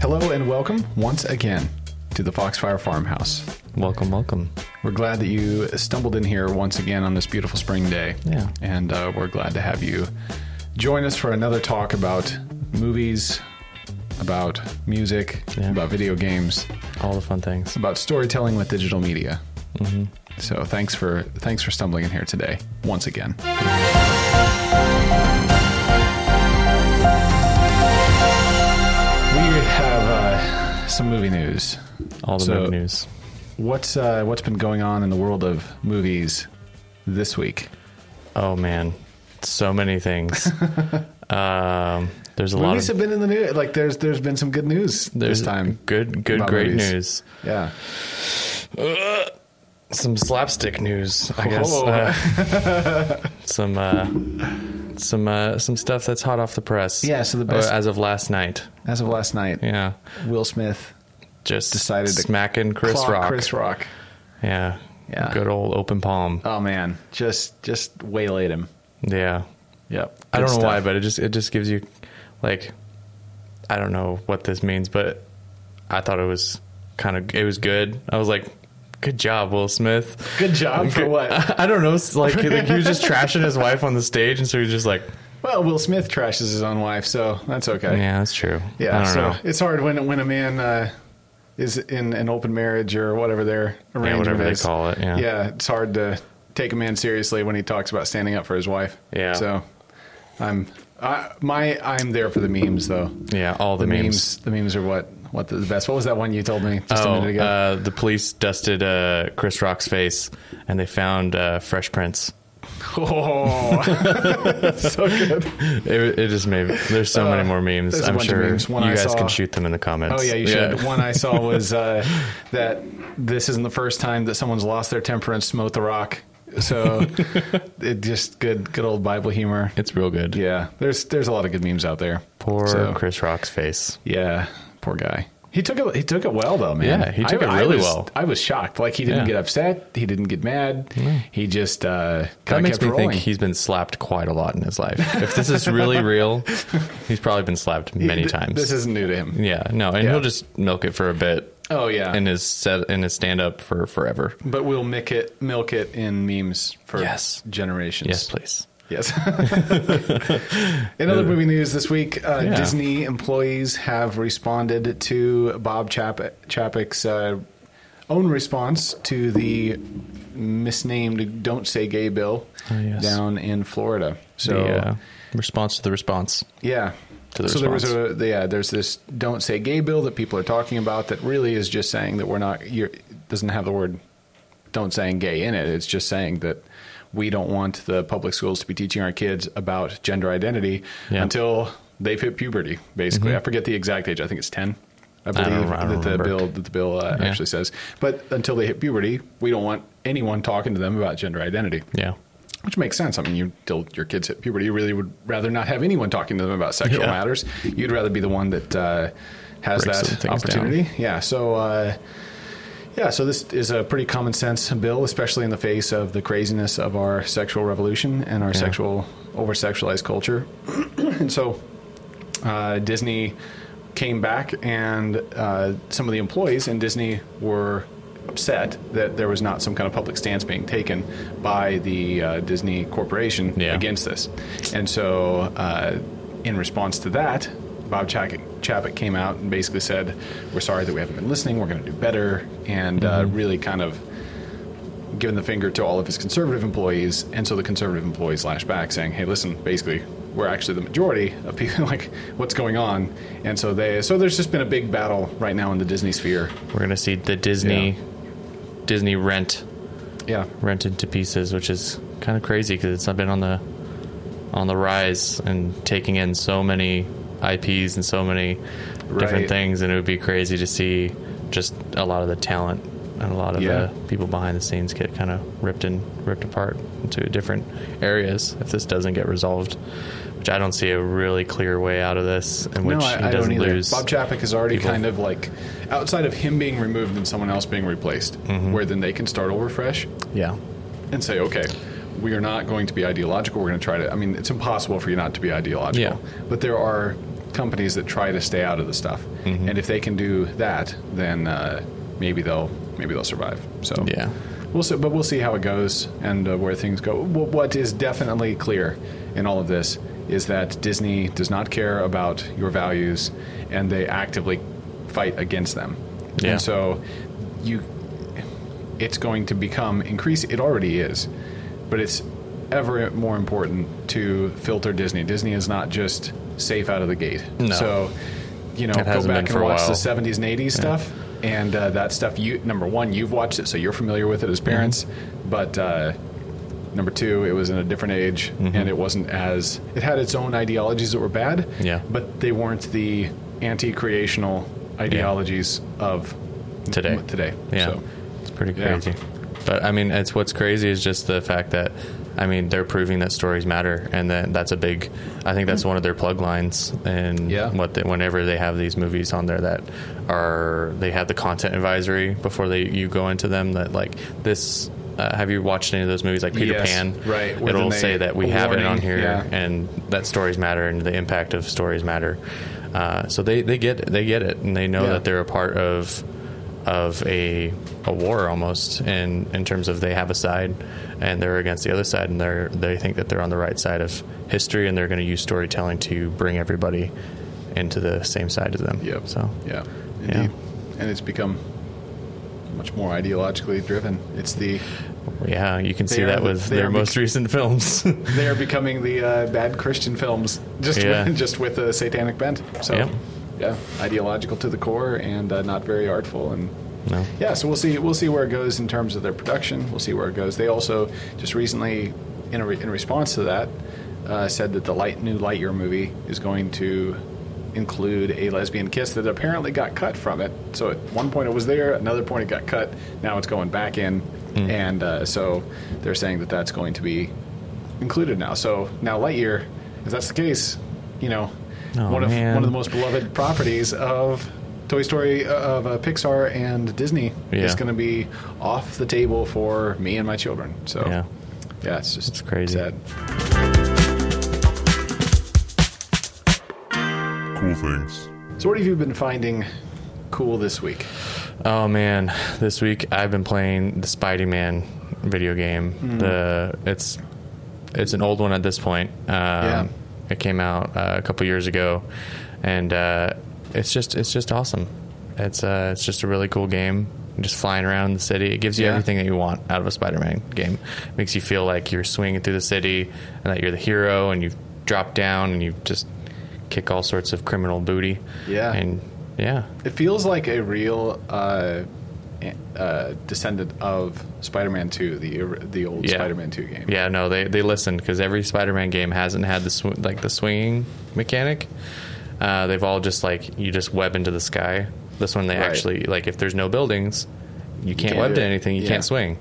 Hello and welcome once again to the Foxfire Farmhouse. Welcome, welcome. We're glad that you stumbled in here once again on this beautiful spring day. Yeah. And uh, we're glad to have you join us for another talk about movies, about music, Yeah. about video games, All the fun things. about storytelling with digital media. Mm-hmm. So thanks for thanks for stumbling in here today once again. We have uh, some movie news. All the So- movie news. What's uh, what's been going on in the world of movies this week? Oh man, so many things. um, there's a lot Movies of have been in the news. Like there's there's been some good news there's this time. Good, good, about great movies. news. Yeah. Some slapstick news, I guess. Whoa. Uh, some, uh, some, uh, some stuff that's hot off the press. Yeah, so the Uh, best- as of last night. As of last night, Yeah, Will Smith just Decided to smacking Chris clocked Rock. Chris Rock. Yeah, Yeah. Good old open palm. Oh man, just just waylaid him. Yeah. Yep. I Good don't know stuff. why, but it just it just gives you like I don't know what this means, but I thought it was kind of it was good. I was like, good job, Will Smith. Good job for Good- what? I don't know. It's like, like he was just trashing his wife on the stage, and so he was just like, Well, Will Smith trashes his own wife, so that's okay. yeah, that's true. Yeah, I don't so know. it's hard when when a man uh, is in an open marriage or whatever their arrangement whatever they is. call it, yeah. it's hard to take a man seriously when he talks about standing up for his wife. Yeah. So I'm I, my I'm there for the memes though. Yeah, all the, memes. The memes are what what the best. What was that one you told me just a Oh, minute ago? uh, the police dusted uh, Chris Rock's face, and they found uh, Fresh Prince. oh, that's so good. It, it just made there's so many more memes. Uh, there's a I'm bunch of sure memes. you One I guys saw- can shoot them in the comments. Oh yeah, you should. One I saw was uh, that this isn't the first time that someone's lost their temper and smote the rock. So it just good, good old Bible humor. It's real good. Yeah, there's there's a lot of good memes out there. Poor So, Chris Rock's face. Yeah, poor guy. He took it. He took it well though, man. Yeah, he took it I really was- well. I was shocked. Like he didn't Yeah. get upset. He didn't get mad. He just uh, That kind of makes kept me rolling. think he's been slapped quite a lot in his life. If this is really real, he's probably been slapped many Th- times. This isn't new to him. yeah, no, and Yeah. he'll just milk it for a bit Oh yeah, in his set in his stand up for forever. but we'll milk it, milk it in memes for Yes. generations. Yes, please. Yes. In other movie news this week, uh, Yeah. Disney employees have responded to Bob Chap- Chapek's uh, own response to the misnamed "Don't Say Gay" bill Oh, yes. down in Florida. So the uh, response to the response. yeah. To the so there was a yeah. There's this "Don't Say Gay" bill that people are talking about that really is just saying that we're not. You're, it doesn't have the word "don't" saying gay in it. It's just saying that we don't want the public schools to be teaching our kids about gender identity Yeah. until they've hit puberty. Basically, I forget the exact age. I think it's ten. I don't- believe I don't that the remember. bill that the bill uh, Yeah. actually says. But until they hit puberty, we don't want anyone talking to them about gender identity. Yeah. Which makes sense. I mean, you till your kids hit puberty, you really would rather not have anyone talking to them about sexual Yeah. matters. You'd rather be the one that uh, has Breaks some that things opportunity. Yeah. So, uh, yeah. So this is a pretty common sense bill, especially in the face of the craziness of our sexual revolution and our sexual over sexualized culture. and so, uh, Disney came back, and uh, some of the employees in Disney were upset that there was not some kind of public stance being taken by the uh, Disney Corporation Yeah. against this. And so, uh, in response to that, Bob Chapek, Chapek came out and basically said, "We're sorry that we haven't been listening. We're going to do better," and uh, really kind of given the finger to all of his conservative employees, and so the conservative employees lashed back, saying, "Hey, listen, basically, we're actually the majority of people. Like, what's going on?" And so they, so there's just been a big battle right now in the Disney sphere. We're gonna see the Disney Disney rent Yeah, rented to pieces, which is kind of crazy because it's been on the on the rise and taking in so many IPs and so many Right. different things, and it would be crazy to see just a lot of the talent and a lot of Yeah. the people behind the scenes get kind of ripped and ripped apart into different areas if this doesn't get resolved. Which I don't see a really clear way out of this, in which no, he I, I don't doesn't either. lose. Bob Chapek is already people. kind of like outside of him being removed and someone else being replaced, Mm-hmm. where then they can start over fresh. yeah, and say, okay, we are not going to be ideological. We're going to try to. I mean, it's impossible for you not to be ideological. Yeah. But there are companies that try to stay out of the stuff, Mm-hmm. and if they can do that, then uh, maybe they'll maybe they'll survive. So Yeah. We'll see, but we'll see how it goes and uh, where things go. Wh- What is definitely clear in all of this is that Disney does not care about your values, and they actively fight against them. Yeah. And so you, it's going to become increase. It already is, but it's ever more important to filter Disney. Disney is not just safe out of the gate. No. So you know, It go hasn't been back for and a watch the while. 70s and 80s stuff and uh, that stuff you number one you've watched it so you're familiar with it as Mm-hmm. parents but uh, number two it was in a different age Mm-hmm. and it wasn't as it had its own ideologies that were bad Yeah. but they weren't the anti-creational ideologies of Today. today Yeah. so It's pretty Yeah. crazy. But I mean, it's what's crazy is just the fact that I mean, they're proving that stories matter and that that's a big I think that's one of their plug lines and Mm-hmm. Yeah. what they, whenever they have these movies on there that are they have the content advisory before they you go into them that like this uh, have you watched any of those movies like Peter Yes, Pan? right, where then It'll they- say that we a have it warning, on here yeah. and that stories matter and the impact of stories matter. Uh, so they, they get they get it and they know Yeah. that they're a part of of a a war almost in in terms of they have a side and they're against the other side and they're they think that they're on the right side of history and they're going to use storytelling to bring everybody into the same side as them. yep So yeah Yeah. indeed. and it's become much more ideologically driven it's the yeah, you can see are that the- with they their are most recent films. they are becoming the uh, bad Christian films, just Yeah. with, just with a satanic bent. So, Yep. yeah, ideological to the core and uh, not very artful. And no. yeah, so we'll see we'll see where it goes in terms of their production. We'll see where it goes. They also just recently, in a re- in response to that, uh, said that the light new Lightyear movie is going to include a lesbian kiss that apparently got cut from it. So at one point it was there, another point it got cut. Now it's going back in, Hmm. and uh, so they're saying that that's going to be included now. So now Lightyear, if that's the case, you know, Oh, one of man. one of the most beloved properties of Toy Story uh, of uh, Pixar and Disney is Yeah. going to be off the table for me and my children. So Yeah. yeah, it's just It's crazy. sad. Cool things. So what have you been finding cool this week? Oh man, this week I've been playing the Spidey Man video game. Hmm. The it's it's an old one at this point. Um, Yeah. It came out uh, a couple years ago, and uh, it's just it's just awesome. It's uh, it's just a really cool game. Just flying around the city, it gives you Yeah. everything that you want out of a Spider-Man game. makes you feel like you're swinging through the city and that you're the hero, and you drop down and you just kick all sorts of criminal booty. Yeah. and yeah, It feels like a real uh, a- uh, descendant of Spider-Man Two, the or- the old Yeah. Spider-Man Two game. Yeah, no, they they listen because every Spider-Man game hasn't had the sw- like the swinging mechanic. Uh, they've all just like you just web into the sky. This one they Right. actually like if there's no buildings, you can't, can't web do to it. anything. You Yeah. can't swing,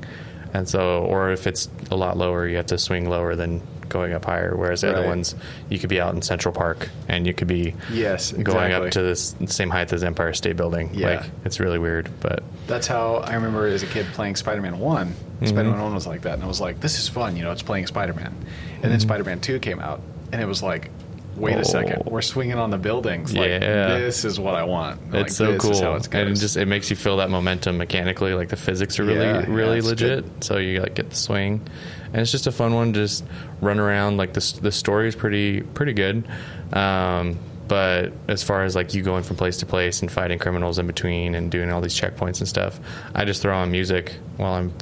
and so or if it's a lot lower, you have to swing lower than going up higher. Whereas the other Right. ones, you could be out in Central Park and you could be Yes, going exactly. up to the s- same height as Empire State Building. Yeah. Like it's really weird, but That's how I remember as a kid playing Spider Man one Mm-hmm. Spider Man 1 was like that. And I was like, this is fun. You know, it's playing Spider Man. And Mm-hmm. then Spider Man 2 came out. And it was like, wait Oh. a second. We're swinging on the buildings. Like, Yeah. this is what I want. Like, It's so this cool, Is how it's going. and it just it makes you feel that momentum mechanically. Like the physics are really, Yeah, yeah, really it's legit. So you like get the swing, and it's just a fun one. to Just run around. Like the s- the story is pretty pretty good, um, but as far as like you going from place to place and fighting criminals in between and doing all these checkpoints and stuff, I just throw on music while I'm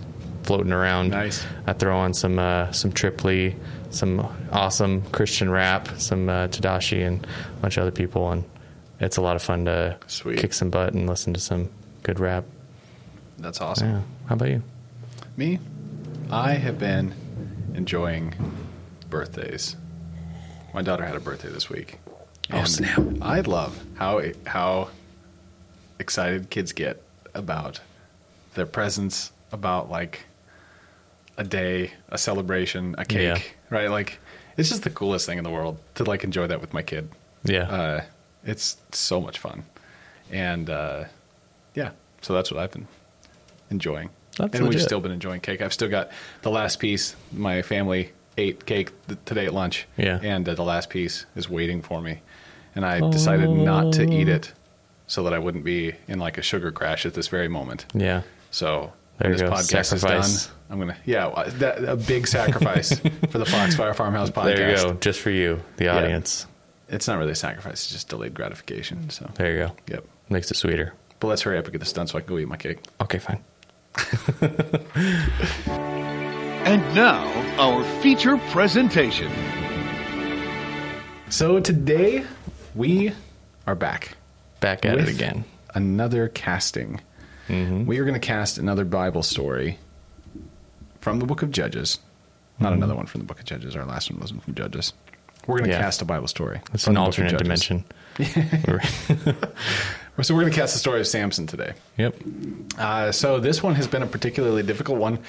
floating around. Nice. I throw on some uh, some Tripley, some awesome Christian rap, some uh, Tadashi, and a bunch of other people, and it's a lot of fun to Sweet. kick some butt and listen to some good rap. That's awesome. Yeah. How about you? Me, I have been enjoying birthdays. My daughter had a birthday this week. Oh, And snap. I love how e, how excited kids get about their presents, about like a day, a celebration, a cake, Yeah. right? Like it's just the coolest thing in the world to like enjoy that with my kid. Yeah. Uh, it's so much fun, and uh, yeah, so that's what I've been enjoying. That's and we've legit. still been enjoying cake. I've still got the last piece. My family ate cake th- today at lunch. Yeah. And uh, the last piece is waiting for me. and I decided not to eat it so that I wouldn't be in like a sugar crash at this very moment. Yeah. So when There you this go. podcast is Sacrifice. done, I'm gonna yeah well, that, a big sacrifice for the Foxfire Farmhouse podcast. There you go. Just for you, the audience. It's not really a sacrifice; it's just delayed gratification. So There you go. yep. Makes it sweeter. But let's hurry up and get this done so I can go eat my cake. Okay, fine. And now, our feature presentation. So today we are back. Back at with it again. Another casting. Mm-hmm. We are going to cast another Bible story from the book of Judges. Not Mm-hmm. another one from the book of Judges. Our last one wasn't from Judges. We're going to Yeah. cast a Bible story. It's from an the book of alternate Judges. dimension. So we're going to cast the story of Samson today. yep. Uh, so this one has been a particularly difficult one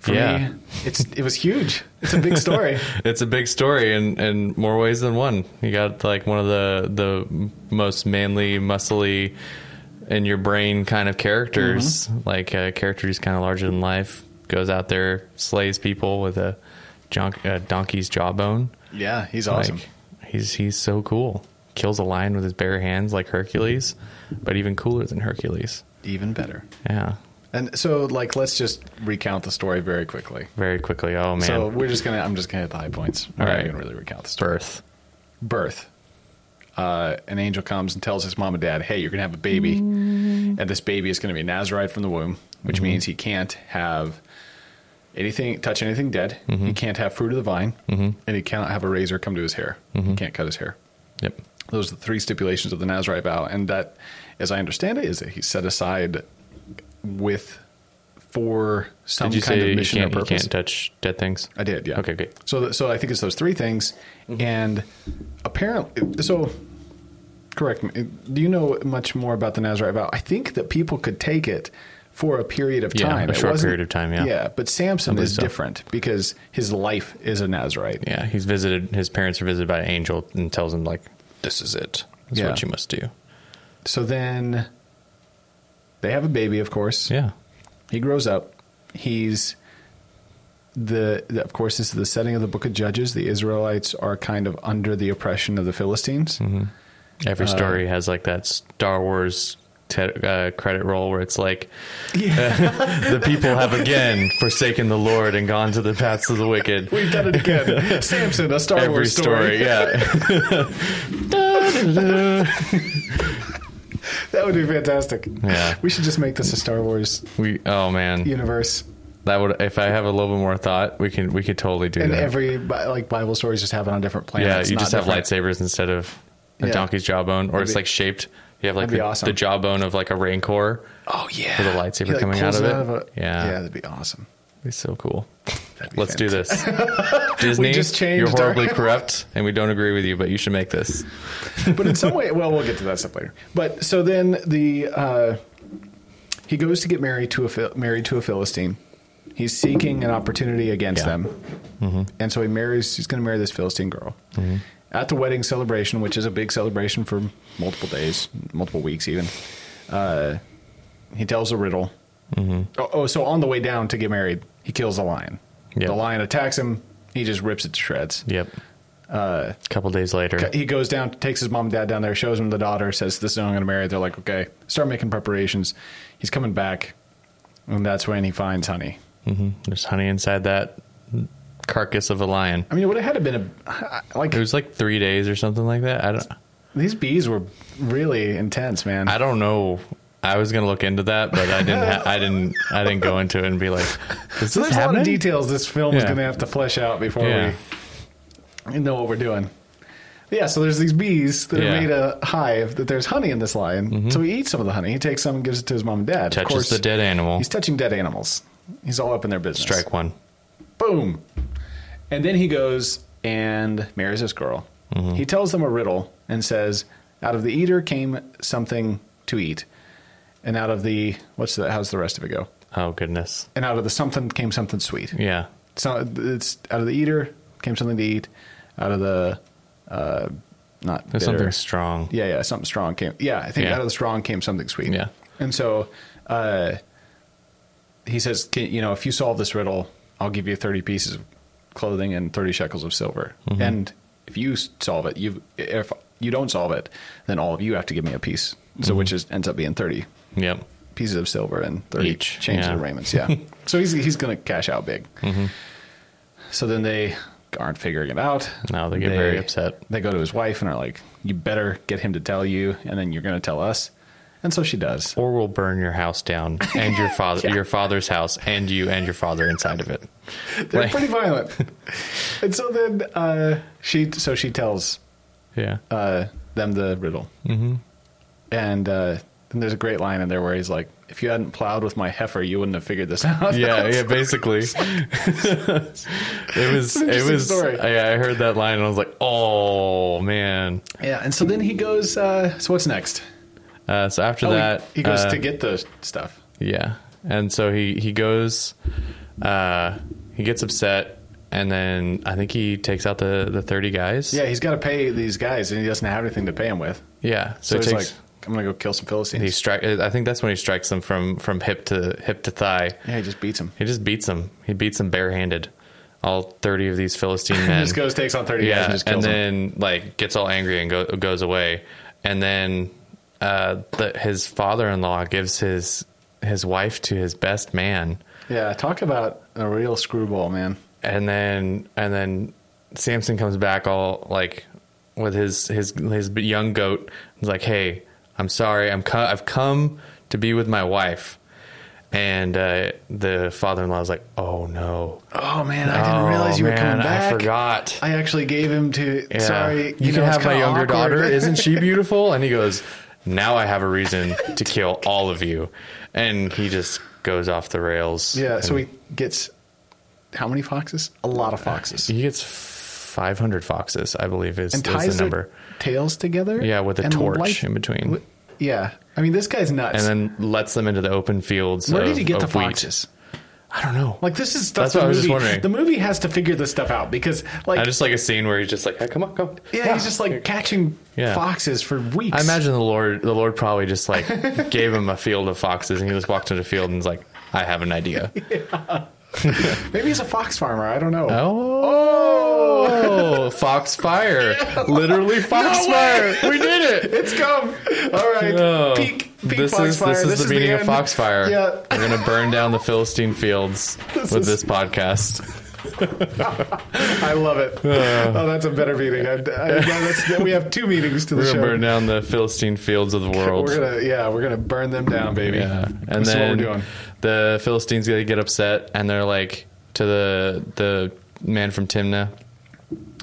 for Yeah. me. It's it was huge. It's a big story. It's a big story in, in more ways than one. You got like one of the the most manly, muscly, in your brain kind of characters, Mm-hmm. like a character who's kind of larger than life, goes out there, slays people with a, junk, a donkey's jawbone. yeah, he's awesome. Like he's he's so cool. Kills a lion with his bare hands like Hercules, but even cooler than Hercules. Even better. Yeah. And so like let's just recount the story very quickly. Very quickly. Oh man. So we're just gonna I'm just gonna hit the high points. We're All not right. even really recount the story. birth. Birth. Uh, an angel comes and tells his mom and dad, "Hey, you're gonna have a baby, Mm. and this baby is gonna be a Nazarite from the womb, which Mm-hmm. means he can't have anything touch anything dead. Mm-hmm. He can't have fruit of the vine, and he cannot have a razor come to his hair. Mm-hmm. He can't cut his hair. Yep. Those are the three stipulations of the Nazarite vow, and that, as I understand it, is that he's set aside with for some Did you kind say of you mission or can't, you purpose. can't touch dead things? I did, yeah. Okay, good. So, th- so I think it's those three things, and apparently, so correct me. Do you know much more about the Nazarite vow? I think that people could take it for a period of Yeah, time, a It short wasn't- period of time, yeah. yeah. But Samson believe is so. different because his life is a Nazarite. Yeah, he's visited. His parents are visited by an angel and tells him like, "This is it. This Yeah. is what you must do." So then, they have a baby, of course. Yeah, He grows up. He's the, the of course this is the setting of the book of Judges. The Israelites are kind of under the oppression of the Philistines. Mm-hmm. every Uh, story has like that Star Wars te- uh, credit roll where it's like, "The people have again forsaken the Lord and gone to the paths of the wicked." We've done it again. Samson, a Star every Wars story. story, yeah, That would be fantastic. Yeah. We should just make this a Star Wars we. Oh man, universe. that would. If I have a little bit more thought, we can we could totally do And that. every bi- like Bible stories just happen on different yeah, planets. you not just different- have lightsabers instead of a Yeah. donkey's jawbone, or it's be- like shaped. You have like that'd be the, awesome. the jawbone of like a rancor. Oh yeah. with a lightsaber He, like, coming pulls out of it it. a- Yeah. Yeah, that'd be awesome. It's so cool. That'd be Let's do fantastic. this. Disney, just changed you're our- horribly corrupt, and we don't agree with you, but you should make this. but in some way, well, we'll get to that stuff later. But so then the uh, he goes to get married to a Phil- married to a Philistine. He's seeking an opportunity against Yeah. Mm-hmm. them, and so he marries. He's going to marry this Philistine girl. At the wedding celebration, which is a big celebration for multiple days, multiple weeks, even, uh, he tells a riddle. Mm-hmm. Oh, oh, so on the way down to get married, he kills a lion. Yeah. The lion attacks him. He just rips it to shreds Yep. Uh, A couple days later, he goes down, takes his mom and dad down there, shows him the daughter, says, This is who I'm going to marry. They're like, Okay, start making preparations. He's coming back, and that's when he finds honey. there's honey inside that carcass of a lion. I mean, it would have had to been a. Like, It was like three days or something like that. I don't. these bees were really intense, man. I don't know. I was gonna look into that, but I didn't. Ha- I didn't. I didn't go into it and be like, "Is so this there's a lot of happening?" details this film is Yeah. going to have to flesh out before Yeah. we know what we're doing. Yeah, so there's these bees that Yeah. have made Mm-hmm. a hive that there's honey in this lion. So he eats some of the honey. He takes some and gives it to his mom and dad. Of Touches course, the dead animal. He's touching dead animals. He's all up in their business. Strike one. boom. And then he goes and marries this girl. Mm-hmm. He tells them a riddle and says, "Out of the eater came something to eat, and out of the what's the how's the rest of it go? Oh goodness. And out of the something came something sweet. Yeah. So it's out of the eater came something to eat, out of the uh, not bitter. There's something strong. Yeah, yeah, something strong came. Yeah, I think Yeah. out of the strong came something sweet. Yeah. And so uh, he says, Can, you know, if you Mm-hmm. solve this riddle, I'll give you 30 pieces of clothing and 30 shekels of silver. And if you solve it, you if you don't solve it, then all of you have to give me a piece. Mm-hmm. So which is ends up being thirty Yep. pieces of silver and 30 Each, changes yeah. Mm-hmm. of raiments. Yeah. so he's, he's going to cash out big. So then they aren't figuring it out. No, they get very upset. They go to his wife and are like, you better get him to tell you, and then you're going to tell us. And so she does. Or we'll burn your house down and your father, your father's house, and you and your father inside of it. They're Like- pretty violent. and so then uh, she, so she tells Yeah. uh, them the riddle. Mm-hmm. And uh, then there's a great line in there where he's like, if you hadn't plowed with my heifer, you wouldn't have figured this out. yeah, yeah, basically. it was, an it interesting was, story. yeah, I heard that line and I was like, oh, man. yeah. And so then he goes, uh, so what's next? Uh, so after Oh, he- that, he, goes uh, to get the stuff. Yeah. And so he he goes uh he gets upset and then I think he takes out the the 30 guys. Yeah, he's got to pay these guys, and he doesn't have anything to pay him with. Yeah. So, So, he he's takes like, "I'm gonna go kill some Philistines." he strike I think that's when he strikes them from from hip to hip to thigh. yeah, he just beats him. He just beats them. He beats them barehanded. All 30 of these Philistine men. He just goes, takes on thirty guys, yeah, and and, just kills them. then like gets all angry and go, goes away, and then uh, the, his father-in-law gives his his wife to his best man, Yeah, talk about a real screwball, man. and then and then Samson comes back all like with his his his young goat. He's like, "Hey, I'm sorry. I'm co- I've come to be with my wife." And uh, the father-in-law is like, "Oh no! Oh man, I didn't Oh, realize you were coming man, back. I forgot. I actually gave him to. Yeah. Sorry, you, can know, it's have my kinda younger awkward. daughter. Isn't she beautiful?" And he goes, "Now I have a reason to kill all of you." And he just goes off the rails. yeah. So And he gets how many foxes? A lot of foxes. Uh, he gets 500 foxes, I believe, is, and is ties their the number. tails together. Yeah, with a and torch light- in between. Yeah, I mean this guy's nuts. and then lets them into the open fields. where of, did he get the of wheat. foxes? I don't know. Like this is stuff. That's the what I was just movie, wondering. The movie has to figure this stuff out because, like, I just like a scene where he's just like, "Hey, "Come on, come." yeah, he's just like catching Yeah. foxes for weeks. I imagine the Lord, the Lord probably just like gave him a field of foxes, and he just walked into the field and was like, "I have an idea." maybe he's a fox farmer. I don't know. Oh, fox fire! Literally, fox No fire! way! We did it. It's come. All right, Oh. peak. Peak this fox is fire. this is the meaning of end. fox fire. Yeah. We're gonna burn down the Philistine fields This with is- this podcast. I love it. Uh. oh, that's a better meeting. I, I, yeah, that's, we have two meetings to the We're gonna show. burn down the Philistine fields of the world. We're gonna, yeah, we're gonna burn them down, baby. Yeah, and This is then what we're doing. the Philistines gonna get upset, and they're like to the the man from Timnah,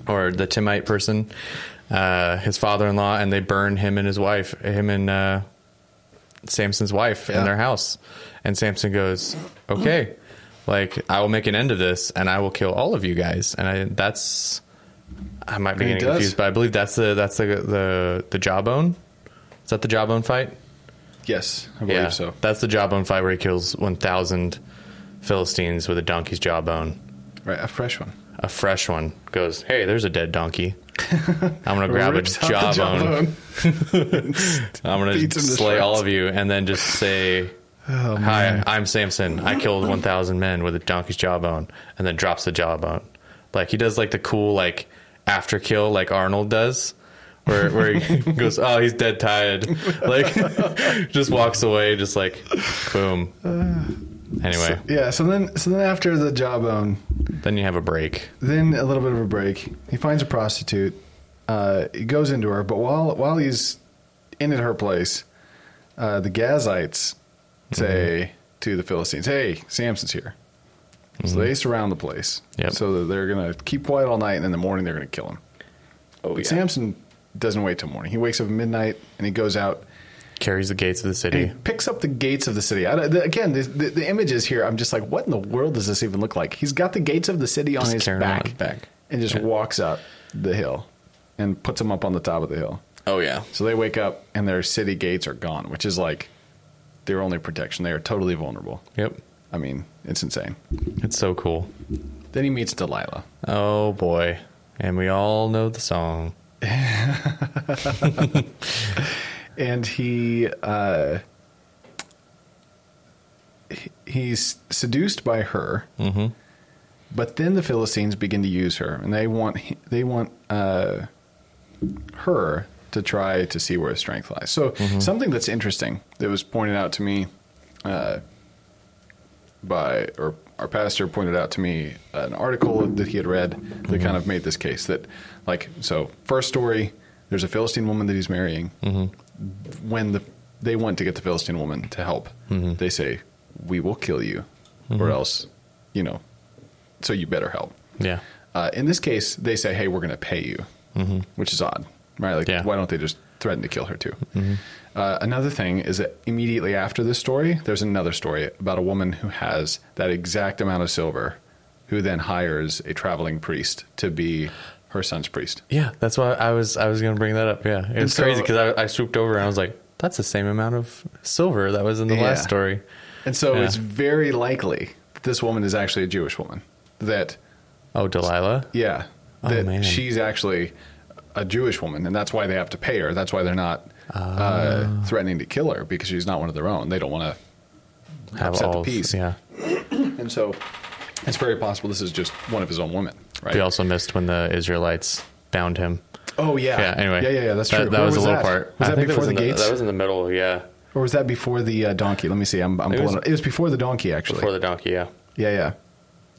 or the Timite person, uh, his father-in-law, and they burn him and his wife, him and uh, Samson's wife Yeah. in their house. And Samson goes, "Okay, like I will make an end of this, and I will kill all of you guys." And I, that's I might be And he getting does. confused, but I believe that's the that's the the the jawbone. Is that the jawbone fight? Yes, I believe so. That's the jawbone fight where he kills 1,000 Philistines with a donkey's jawbone. Right, a fresh one. A fresh one goes, hey, there's a dead donkey. I'm going to grab a Rips out the jawbone. I'm going beats to him to slay shreds. all of you and then just say, hi, I'm Samson. I killed 1,000 men with a donkey's jawbone and then drops the jawbone. Like he does like the cool like after kill like Arnold does. Where, where he goes, oh, he's dead tired. Like, just walks away, just like, boom. Uh, Anyway, Yeah. So then, so then after the jawbone, then you have a break. then a little bit of a break. He finds a prostitute. Uh, he goes into her, but while while he's in at her place, uh, the Gazites say Mm-hmm. to the Philistines, "Hey, Samson's here." So they surround the place. Yep. So that they're gonna keep quiet all night, and in the morning they're gonna kill him. Oh, yeah. Samson doesn't wait till morning. He wakes up at midnight and he goes out Carries the gates of the and city. he picks up the gates of the city. I, the, again, the, the, the images here, I'm just like, what in the world does this even look like? He's got the gates of the city on Just his carrying 'em on back, his back. and just Yeah. walks up the hill and puts them up on the top of the hill. Oh, yeah. So they wake up and their city gates are gone, which is like their only protection. They are totally vulnerable. Yep. I mean, it's insane. It's so cool. Then he meets Delilah. Oh, boy. And we all know the song. and he uh, he- he's seduced by her, But then the Philistines begin to use her, and they want they want uh, her to try to see where her strength lies. So something that's interesting that was pointed out to me uh, by or our pastor pointed out to me an article that he had read that kind of made this case that like so first story there's a Philistine woman that he's marrying when the they want to get the Philistine woman to help, Mm-hmm. they say, "We will kill you, or else, you know, so you better help." Yeah. Uh, in this case, they say, "Hey, we're going to pay you," which is odd, right? Like, Mm-hmm. Yeah. Mm-hmm. why don't they just threaten to kill her too? Uh, another thing is that immediately after this story, there's another story about a woman who has that exact amount of silver, who then hires a traveling priest to be her son's priest. Yeah, that's why I was I was gonna bring that up. Yeah, it was so- crazy because I, I swooped over and I was like, "That's the same amount of silver that was in the Yeah. last story." And so Yeah. it's very likely that this woman is actually a Jewish woman. That Oh, Delilah. yeah, Oh, that man. she's actually a Jewish woman, and that's why they have to pay her. That's why they're not uh, Ah. threatening to kill her because she's not one of their own. They don't want Have upset the all of- peace. Yeah. to, and so it's very possible this is just one of his own women, right? We also missed when the Israelites bound him. oh yeah, Yeah. Anyway. yeah, yeah, yeah that's that, true. That Where was, a little that? part. Was I that think before was the in gates, that was in the middle. Yeah. or was that before the uh, donkey? Let me see. I'm, I'm It was- pulling. It was before the donkey, actually. Before the donkey. Yeah. Yeah, yeah.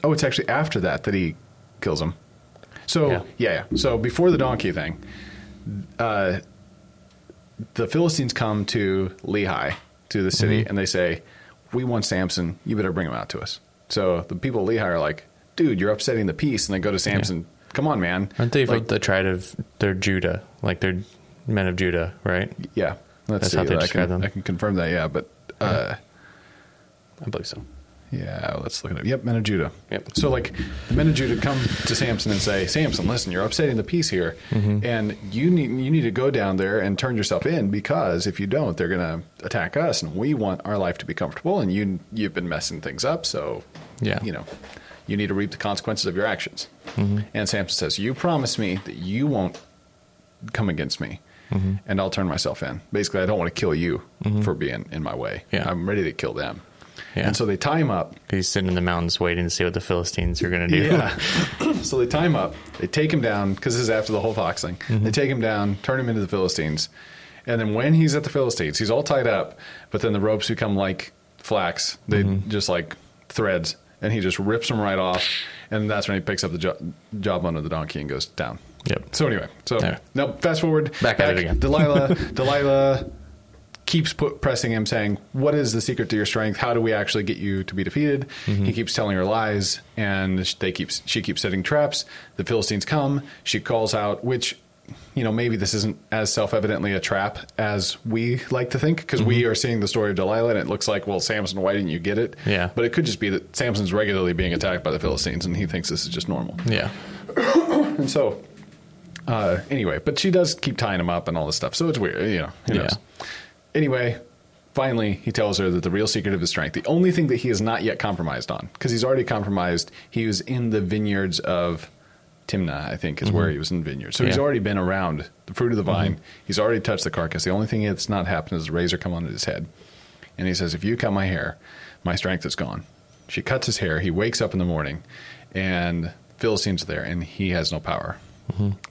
Oh, it's actually after that that he kills him. So Yeah. yeah, yeah. So before the donkey thing, uh, the Philistines come to Lehi to the city Mm-hmm. and they say, "We want Samson. You better bring him out to us." So the people of Lehi are like, "Dude, you're upsetting the peace." And they go to Samson. Come on, man. Aren't they Like, from the tribe of? They're Judah. Like they're men of Judah, right? yeah. Let's That's see. how they I describe can, them. I can confirm that. Yeah, but. Uh, I believe so. Yeah, let's look at it. up. Yep, men of Judah. Yep. So like the men of Judah come to Samson and say, Samson, listen, you're upsetting the peace here, Mm-hmm. and you need you need to go down there and turn yourself in because if you don't, they're gonna attack us, and we want our life to be comfortable, and you you've been messing things up, so Yeah. Mm-hmm. you know, you need to reap the consequences of your actions. And Samson says, you promise me that you won't come against me. Mm-hmm. And I'll turn myself in. Basically, I don't want to kill you for being in my way. Yeah. I'm ready to kill them. Yeah. And so they tie him up. He's sitting in the mountains waiting to see what the Philistines are going to do. Yeah. so they tie him up. They take him down because this is after the whole fox thing. They take him down, turn him into the Philistines, and then when he's at the Philistines, he's all tied up. But then the ropes become like flax. They just like threads, and he just rips them right off. And that's when he picks up the jo- jawbone of the donkey and goes down. Yep. So anyway, so Yeah. now fast forward Back at it again. Delilah, Delilah keeps put, pressing him, saying, "What is the secret to your strength? How do we actually get you to be defeated?" Mm-hmm. He keeps telling her lies, and they keeps she keeps setting traps. The Philistines come. She calls out, which you know maybe this isn't as self-evidently a trap as we like to think because Mm-hmm. we are seeing the story of Delilah, and it looks like, well, Samson, why didn't you get it? Yeah. but it could just be that Samson's regularly being attacked by the Philistines, and he thinks this is just normal. Yeah. And so, uh, anyway, but she does keep tying him up and all this stuff. So it's weird, you know. Who Yeah. knows? Anyway, finally, he tells her that the real secret of his strength, the only thing that he is not yet compromised on, because he's already compromised, he was in the vineyards of Timnah, I think, is where he was in vineyards. So he's Yeah. already been around the fruit of the vine. He's already touched the carcass. The only thing that's not happened is the razor come onto his head. And he says, If you cut my hair, my strength is gone. She cuts his hair. He wakes up in the morning, and Philistines are there, and he has no power.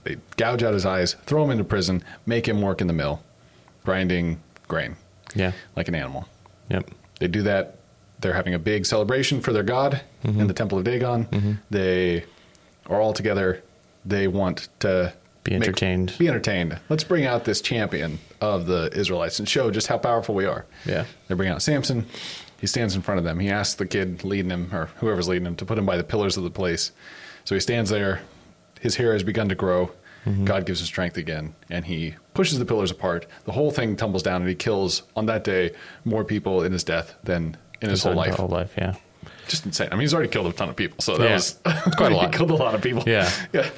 They gouge out his eyes, throw him into prison, make him work in the mill, grinding grain Yeah. like an animal. Yep. They do that. They're having a big celebration for their god in the temple of Dagon. Mm-hmm. They are all together. They want to Be make- entertained. be entertained. Let's bring out this champion of the Israelites and show just how powerful we are. Yeah. They bring out Samson. He stands in front of them. He asks the kid leading him, or whoever's leading him, to put him by the pillars of the place. So he stands there. His hair has begun to grow. God gives him strength again, and he pushes the pillars apart. The whole thing tumbles down, and he kills on that day more people in his death than in his, His whole life. Whole life. Yeah. Just insane. I mean, he's already killed a ton of people, so that Yeah. was It's quite a lot. he killed a lot of people. Yeah. yeah.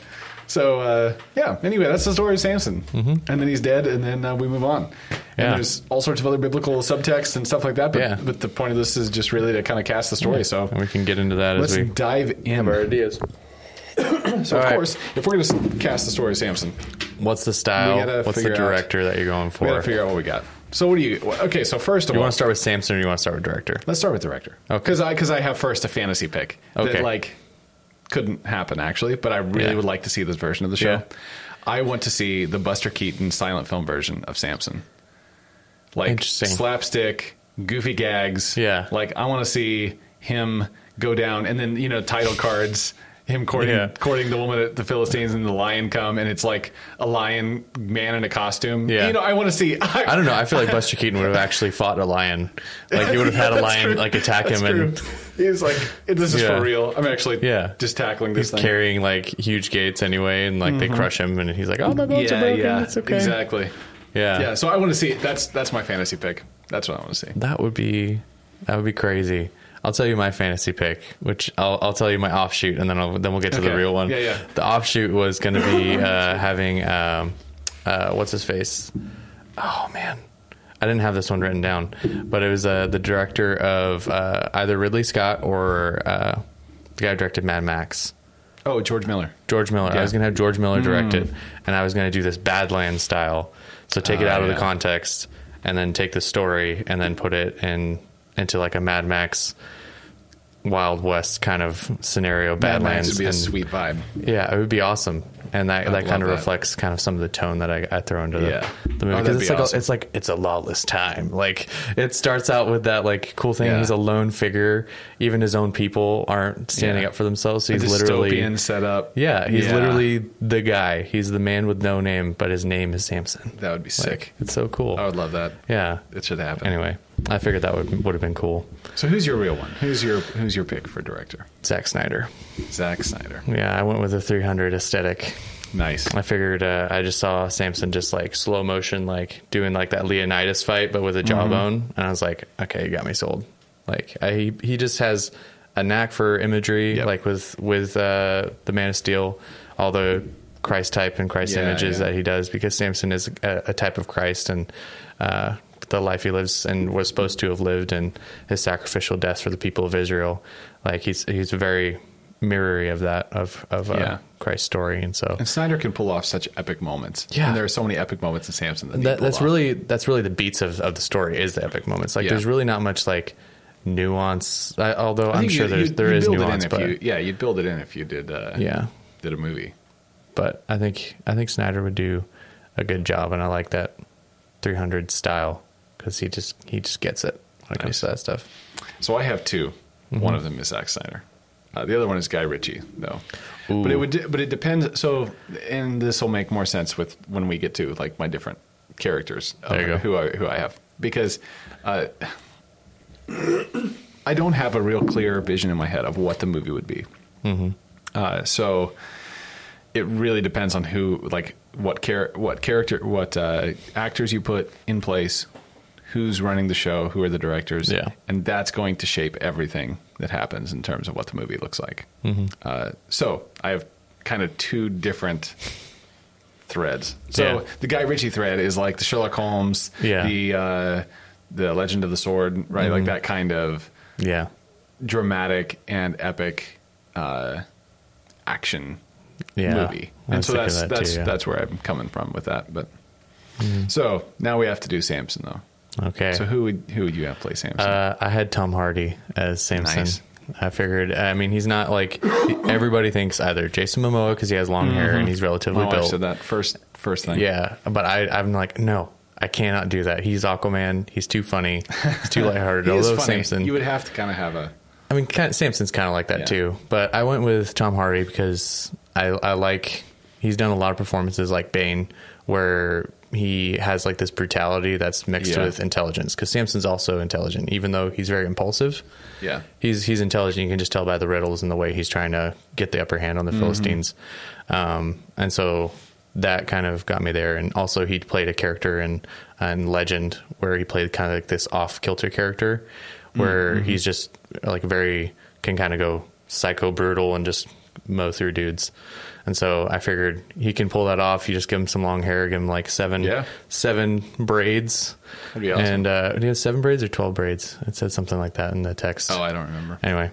So uh, yeah. Anyway, that's the story of Samson, and then he's dead, and then uh, we move on. And Yeah. there's all sorts of other biblical subtext and stuff like that. But, Yeah. but the point of this is just really to kind of cast the story. So And we can get into that let's as we dive in. ideas. So of All right. course, if we're going to cast the story of Samson, What's the style? We gotta What's the figure out- director that you're going for? we got to figure out what we got. So what do you? Okay, so first of you all, want to start with Samson or you want to start with director? let's start with director. Okay. Because I because I have first a fantasy pick. Okay. That, like couldn't happen actually, but I really Yeah. would like to see this version of the show. Yeah. I want to see the Buster Keaton silent film version of Samson. Like Interesting. slapstick, goofy gags. Yeah. Like I want to see him go down and then, you know, title cards, him courting Yeah. courting the woman at the Philistines and the lion come and it's like a lion man in a costume. Yeah. You know, I want to see I don't know. I feel like Buster Keaton would have actually fought a lion. Like he would have had a That's lion true. like attack That's him and true. he's like, "This is Yeah. for real. I'm actually Yeah. just tackling this thing." carrying like huge gates anyway, and like Mm-hmm. they crush him, and he's like, "Oh, my bones are yeah, broken. yeah, It's okay." exactly. Yeah. Yeah, so I want to see. That's that's my fantasy pick. That's what I want to see. That would be that would be crazy. I'll tell you my fantasy pick, which I'll, I'll tell you my offshoot, and then I'll, then we'll get to the Okay. real one. Yeah, yeah. The offshoot was going to be uh, having um, uh, what's his face? Oh man, I didn't have this one written down, but it was uh, the director of uh, either Ridley Scott or uh, the guy who directed Mad Max. Oh, George Miller. George Miller. I was going to have George Miller direct Hmm. it, and I was going to do this Badlands style. So take it Ah, out of yeah. the context, and then take the story, and then put it in into like a Mad Max, Wild West kind of scenario. Mad Badlands Max would be a and- sweet vibe. Yeah, it would be awesome, and that that love kind of that. reflects kind of some of the tone that I, I throw into the, Yeah. Oh, the movie that'd because it's be like awesome. a, it's like it's a lawless time. Like it starts out with that like cool thing. Yeah. He's a lone figure. Even his own people aren't standing Yeah. up for themselves. So A he's literally dystopian setup. yeah, he's Yeah. literally the guy. He's the man with no name, but his name is Samson. That would be sick. Like, it's so cool. I would love that. Yeah. It should happen. Anyway, I figured that would would have been cool. So who's your real one? Who's your who's your pick for director? Zack Snyder. Zack Snyder. Yeah, I went with the 300 aesthetic. Nice. I figured uh, I just saw Samson just like slow motion, like doing like that Leonidas fight, but with Mm-hmm. a jawbone, and I was like, okay, you got me sold. Like I, he he just has a knack for imagery, Yep. like with with uh, the Man of Steel, all the Christ type and Christ Yeah, images yeah. that he does, because Samson is a, a type of Christ and. Uh, the life he lives and was supposed to have lived, and his sacrificial death for the people of Israel, like he's he's very mirrory of that of of uh, Yeah. Christ's story, and so And Snyder can pull off such epic moments. Yeah. And there are so many epic moments in Samson that, he that, pulled that's off. really that's really the beats of, of the story is the epic moments. Like Yeah. there's really not much like nuance. I, although I I'm think sure you- there's you- there you is build it in nuance, if but you- yeah, you'd build it in if you did. Uh, yeah. Did a movie. But I think I think Snyder would do a good job, and I like that 300 style because he just he just gets it when it comes to that stuff. So I have 2 Mm-hmm. One of them is Zack Snyder. Uh, the other one is Guy Ritchie, though. But it would, de- but it depends. So, and this will make more sense with when we get to like my different characters. of There you go. Who I who I have because uh, I don't have a real clear vision in my head of what the movie would be. Mm-hmm. Uh, so it really depends on who, like, what char- what character, what uh, actors you put in place, who's running the show, who are the directors, Yeah. and that's going to shape everything that happens in terms of what the movie looks like. Mm-hmm. Uh, so I have kind of two different threads. So Yeah. the Guy Ritchie thread is like the Sherlock Holmes, Yeah. Mm-hmm. the uh, the Legend of the Sword, right? Like that kind of Yeah, dramatic and epic uh, action yeah. movie. I And was so thinking that's that that's too, yeah. Mm. that's where I'm coming from with that. But so now we have to do Samson though. okay. So who would who would you have play Samson? Eh. Uh, I had Tom Hardy as Samson. Nice. I figured. I mean, he's not like everybody thinks either Jason Momoa because he has long Mm-hmm. hair and he's relatively My wife built. said that first first thing. Yeah, but I, I'm like, no, I cannot do that. He's Aquaman. He's too funny. He's too lighthearted. He is Although funny. Samson, You would have to kind of have a I mean, kind of, Samson's kind of like that Yeah. too. But I went with Tom Hardy because I, I like he's done a lot of performances like Bane, where he has like this brutality that's mixed Yeah. with intelligence. Because Samson's also intelligent, even though he's very impulsive. yeah. He's he's intelligent. You can just tell by the riddles and the way he's trying to get the upper hand on the Mm-hmm. Philistines. Um, and so that kind of got me there. And also, he played a character in, in Legend where he played kind of like this off kilter character, where Mm-hmm. he's just like very can kind of go psycho brutal and just mow through dudes. And so I figured he can pull that off. You just give him some long hair, give him like seven Yeah. seven braids. That'd be awesome. And uh, he has seven braids or twelve braids. It said something like that in the text. Oh, I don't remember. Anyway,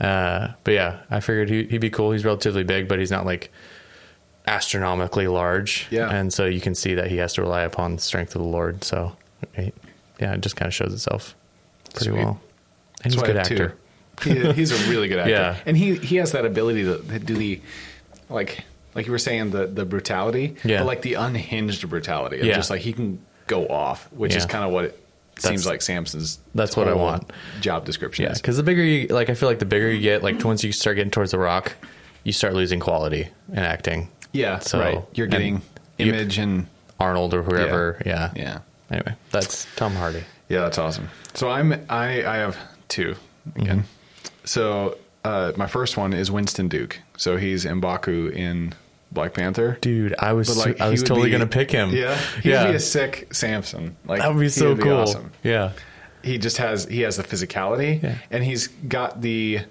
uh, but yeah, I figured he, he'd be cool. He's relatively big, but he's not like astronomically large. Yeah. And so you can see that he has to rely upon the strength of the Lord. So, it- yeah, it just kind of shows itself pretty Sweet. well. And That's he's a why good I have two. actor. He, he's a really good actor, Yeah. and he he has that ability to, to do the like like you were saying the the brutality, Yeah. but like the unhinged brutality. Of Yeah. just like he can go off, which is Yeah. kind of what it seems That's- like Samson's. that's what I whole want. Job description. Yeah, is. because the bigger you like, I feel like the bigger you get, like once you start getting towards the rock, you start losing quality in acting. yeah. So- right. You're and getting you- image and Arnold or whoever. Yeah. yeah. Anyway, that's Tom Hardy. Yeah, that's awesome. So I'm I I have two again. Mm-hmm. So uh, my first one is Winston Duke. So he's Mbaku in Black Panther. Dude, I was But, I he was would totally be- gonna pick him. Yeah, he'd yeah. be a sick Samson. Like that would be he so cool. awesome. Yeah. He just has he has the physicality, Yeah. and he's got the.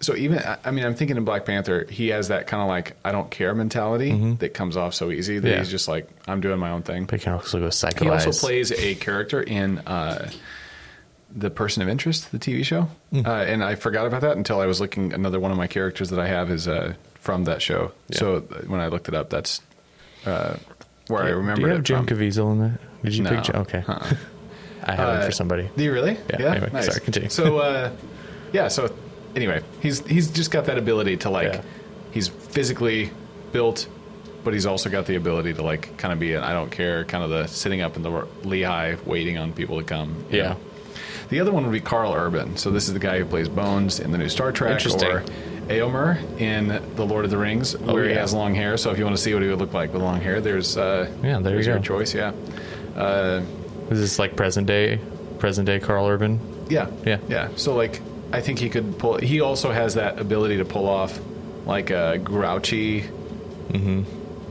So even I I mean I'm thinking in Black Panther he has that kind of like I don't care mentality that comes off so easy that Mm-hmm. Yeah. he's just like I'm doing my own thing. But he can also go psychoized. He also plays a character in uh, the Person of Interest, the TV show, Mm. uh, and I forgot about that until I was looking. Another one of my characters that I have is uh, from that show. Yeah. So th- when I looked it up, that's uh, where I remember. Do you have it Jim from. Caviezel in that? Did you No. pick Jim? Okay. Uh-uh. I have Uh, him for somebody. Do you really? Yeah, anyway, sorry, continue. So uh, yeah, so anyway, he's he's just got that ability to like Yeah. he's physically built, but he's also got the ability to like kind of be an I don't care kind of the sitting up in the r- Lehigh waiting on people to come. you Yeah. know? The other one would be Carl Urban. So this is the guy who plays Bones in the new Star Trek, Interesting. Oh, or Aomer in the Lord of the Rings, where he yeah. has long hair. So if you want to see what he would look like with long hair, there's uh, Yeah, there you there's your go. choice. Yeah, Is this like present day present day Carl Urban? yeah, Yeah. yeah. So like, I think he could pull. He also has that ability to pull off like a grouchy,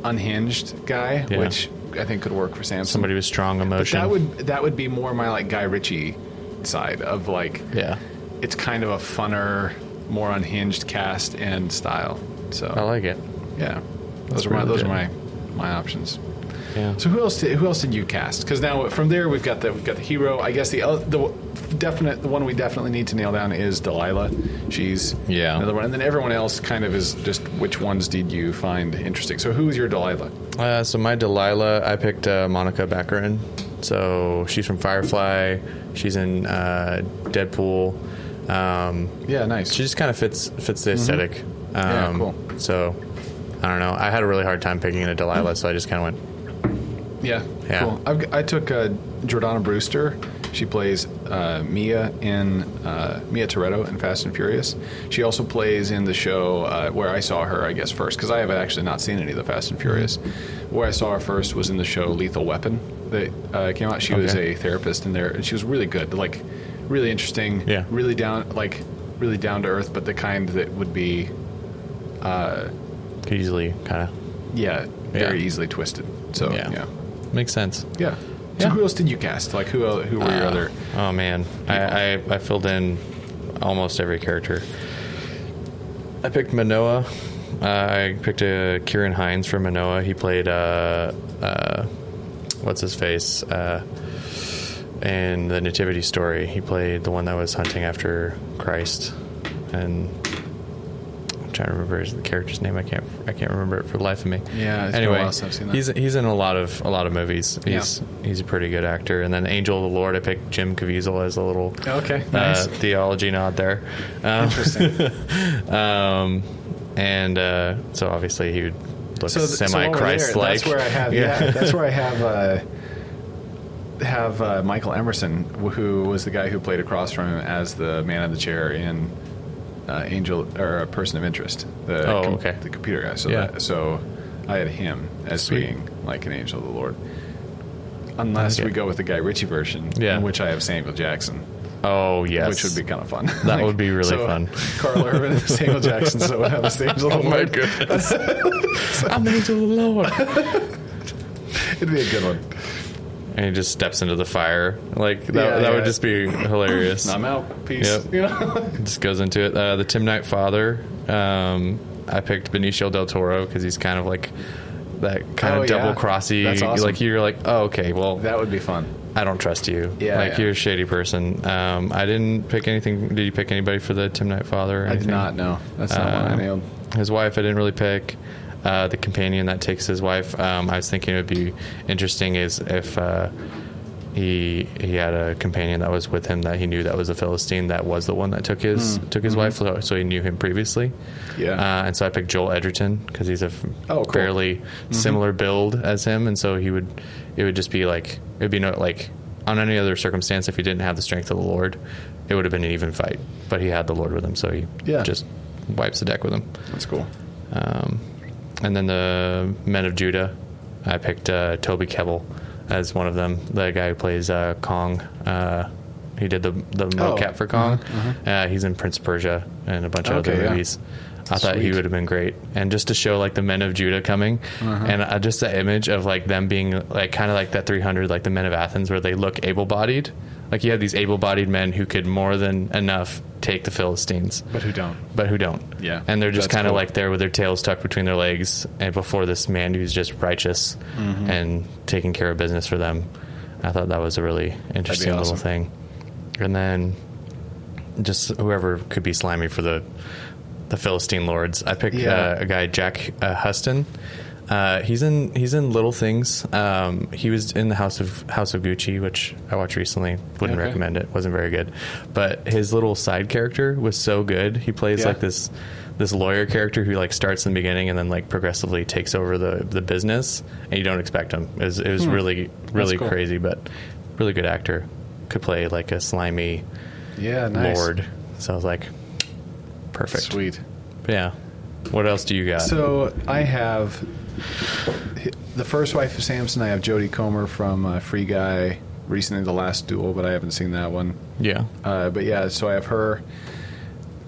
unhinged guy, Mm-hmm. Yeah. which I think could work for Samson. Somebody with strong but emotion. that would that would be more my like Guy Ritchie side of like Yeah. it's kind of a funner, more unhinged cast and style. So I like it. yeah, those Oh. That's are my really those good. are my my options. Yeah. So who else did who else did you cast? Because now from there we've got the we've got the hero. I guess the oth- the definite the one we definitely need to nail down is Delilah. She's Yeah. another one, and then everyone else kind of is just which ones did you find interesting? So who is your Delilah? Uh, so my Delilah, I picked uh, Monica Baccarin. So she's from Firefly. She's in uh, Deadpool. Um, Yeah, nice. she just kind of fits fits the aesthetic. Um, Mm-hmm. Yeah, cool. So I don't know. I had a really hard time picking a Mm-hmm. Delilah, so I just kind of went. Yeah, Yeah. cool. I've, g- I took uh, Jordana Brewster. She plays uh, Mia in uh, Mia Toretto in Fast and Furious. She also plays in the show uh, where I saw her, I guess first, because I have actually not seen any of the Fast and Furious. Where I saw her first was in the show Lethal Weapon that uh, came out. She was Okay. a therapist in there, and she was really good, like really interesting, Yeah. really down, like really down to earth, but the kind that would be, Could easily kind of. yeah, very Yeah. easily twisted. So Yeah. yeah, Makes sense. yeah. So Yeah. who else did you cast? Like who? el- Who were your other? Oh man, I, I I filled in almost every character. I picked Manoa. Uh, I picked uh, Kieran Hines for Manoa. He played uh, uh, what's his face uh, in the Nativity story. He played the one that was hunting after Christ, and I'm trying to remember his, the character's name. I can't I can't remember it for the life of me. Yeah, it's been a anyway, while since I've seen that. he's he's in a lot of a lot of movies. He's he's a pretty good actor. And then Angel of the Lord, I picked Jim Caviezel as a little Okay, uh, Oh, nice. theology nod there. Um, um, and uh, so obviously he would look th- while semi we're there, Christ like. That's where I have. Yeah, that's where I have. Uh, have uh, Michael Emerson, wh- who was the guy who played across from him as the man in the chair in uh, Angel or a Person of Interest. The Oh, okay. The computer guy. So Yeah. that, so I had him as Sweet. being like an angel of the Lord. Unless Okay. we go with the Guy Ritchie version, Yeah. in which I have Samuel Jackson, oh yes, which would be kind of fun. That would be really fun. Carl Urban and Samuel Jackson, so we'll have the angel of Oh the my Lord. goodness! I'm the angel of the Lord. It'd be a good one. And he just steps into the fire. Like that, Yeah, that yeah. would just be hilarious. I'm out. Peace. Yep. You know? just goes into it. Uh, the Tim Knight father. Um, I picked Benicio del Toro because he's kind of like that Oh, kind yeah. of double crossy. That's awesome. Like you're like, oh okay, well That would be fun. I don't trust you. Yeah, like yeah. you're a shady person. Um, I didn't pick anything. Did you pick anybody for the Tim Knight father? Or I did anything? not know. That's not what I Um, nailed. His wife, I didn't really pick. Uh, the companion that takes his wife, um, I was thinking it would be interesting is if uh, he he had a companion that was with him that he knew that was a Philistine that was the one that took his Hmm. took Mm-hmm. his wife, so, so he knew him previously. Yeah. uh, and so I picked Joel Edgerton because he's a f- Oh, cool. fairly similar build as him, and so he would it would just be like it would be no like on any other circumstance if he didn't have the strength of the Lord, it would have been an even fight. But he had the Lord with him, so he Yeah. just wipes the deck with him. That's cool. Um, and then the Men of Judah, I picked uh, Toby Kebbell as one of them, the guy who plays uh, Kong. Uh, he did the the Oh, mocap for Kong. Uh, he's in Prince of Persia and a bunch of uh-huh, Okay, other yeah. movies. I thought he Sweet. would have been great, and just to show like the Men of Judah coming, Uh-huh. and uh, just the image of like them being like kind of like that 300, like the Men of Athens, where they look able-bodied. Like you have these able-bodied men who could more than enough take the Philistines But who don't? but who don't. Yeah. And they're just That's kind of cool. like there with their tails tucked between their legs and before this man who's just righteous Mm-hmm. and taking care of business for them. I thought that was a really interesting awesome. little thing. And then just whoever could be slimy for the the Philistine lords. I picked Yeah. uh, a guy Jack uh, Huston. Uh, he's in he's in Little Things. Um, he was in the House of House of Gucci, which I watched recently. Wouldn't Okay. recommend it. wasn't very good, but his little side character was so good. He plays Yeah. like this this lawyer character who like starts in the beginning and then like progressively takes over the the business, and you don't expect him. It was, it was really really Hmm. cool. crazy, but really good actor. Could play like a slimy Yeah, nice. lord. So I was like, perfect. Sweet. Yeah. What else do you got? So I have the first wife of Samson. I have Jodie Comer from uh, Free Guy, recently The Last Duel, but I haven't seen that one. yeah. Uh, but yeah, so I have her.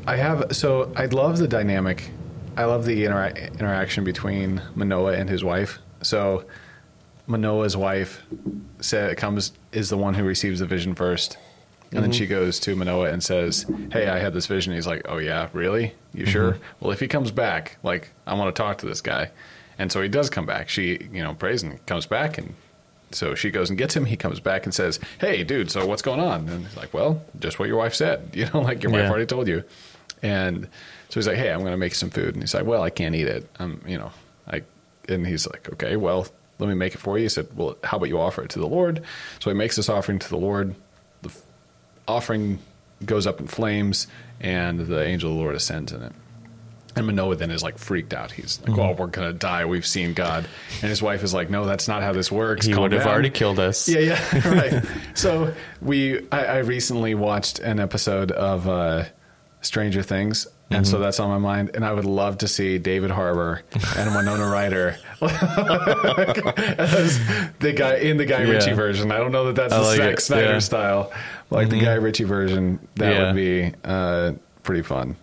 I have so I love the dynamic. I love the intera- interaction between Manoa and his wife. So Manoa's wife sa comes is the one who receives the vision first, and then she goes to Manoa and says, "Hey, I had this vision." He's like, "Oh yeah, really? You sure? Well, if he comes back, like I want to talk to this guy." And so he does come back. She, you know, prays and comes back and so she goes and gets him. He comes back and says, "Hey, dude, so what's going on?" And he's like, "Well, just what your wife said. You know, like your wife Yeah. already told you." And so he's like, "Hey, I'm going to make some food." And he's like, "Well, I can't eat it. I'm, you know, I." And he's like, "Okay, well, let me make it for you." He said, "Well, how about you offer it to the Lord?" So he makes this offering to the Lord. The f- offering goes up in flames, and the angel of the Lord ascends in it. And Manoah then is like freaked out. He's Mm-hmm. like, "Oh, we're gonna die. We've seen God." And his wife is like, "No, that's not how this works." He Calm would have down." already killed us. Yeah, yeah, right. so we, I, I recently watched an episode of uh, Stranger Things, and Mm-hmm. so that's on my mind. And I would love to see David Harbour and Winona Ryder as the guy in the Guy Yeah. Ritchie version. I don't know that that's I the like Zack it, Snyder yeah. Mm-hmm. style, like the Guy Ritchie version. That Yeah. would be uh, pretty fun.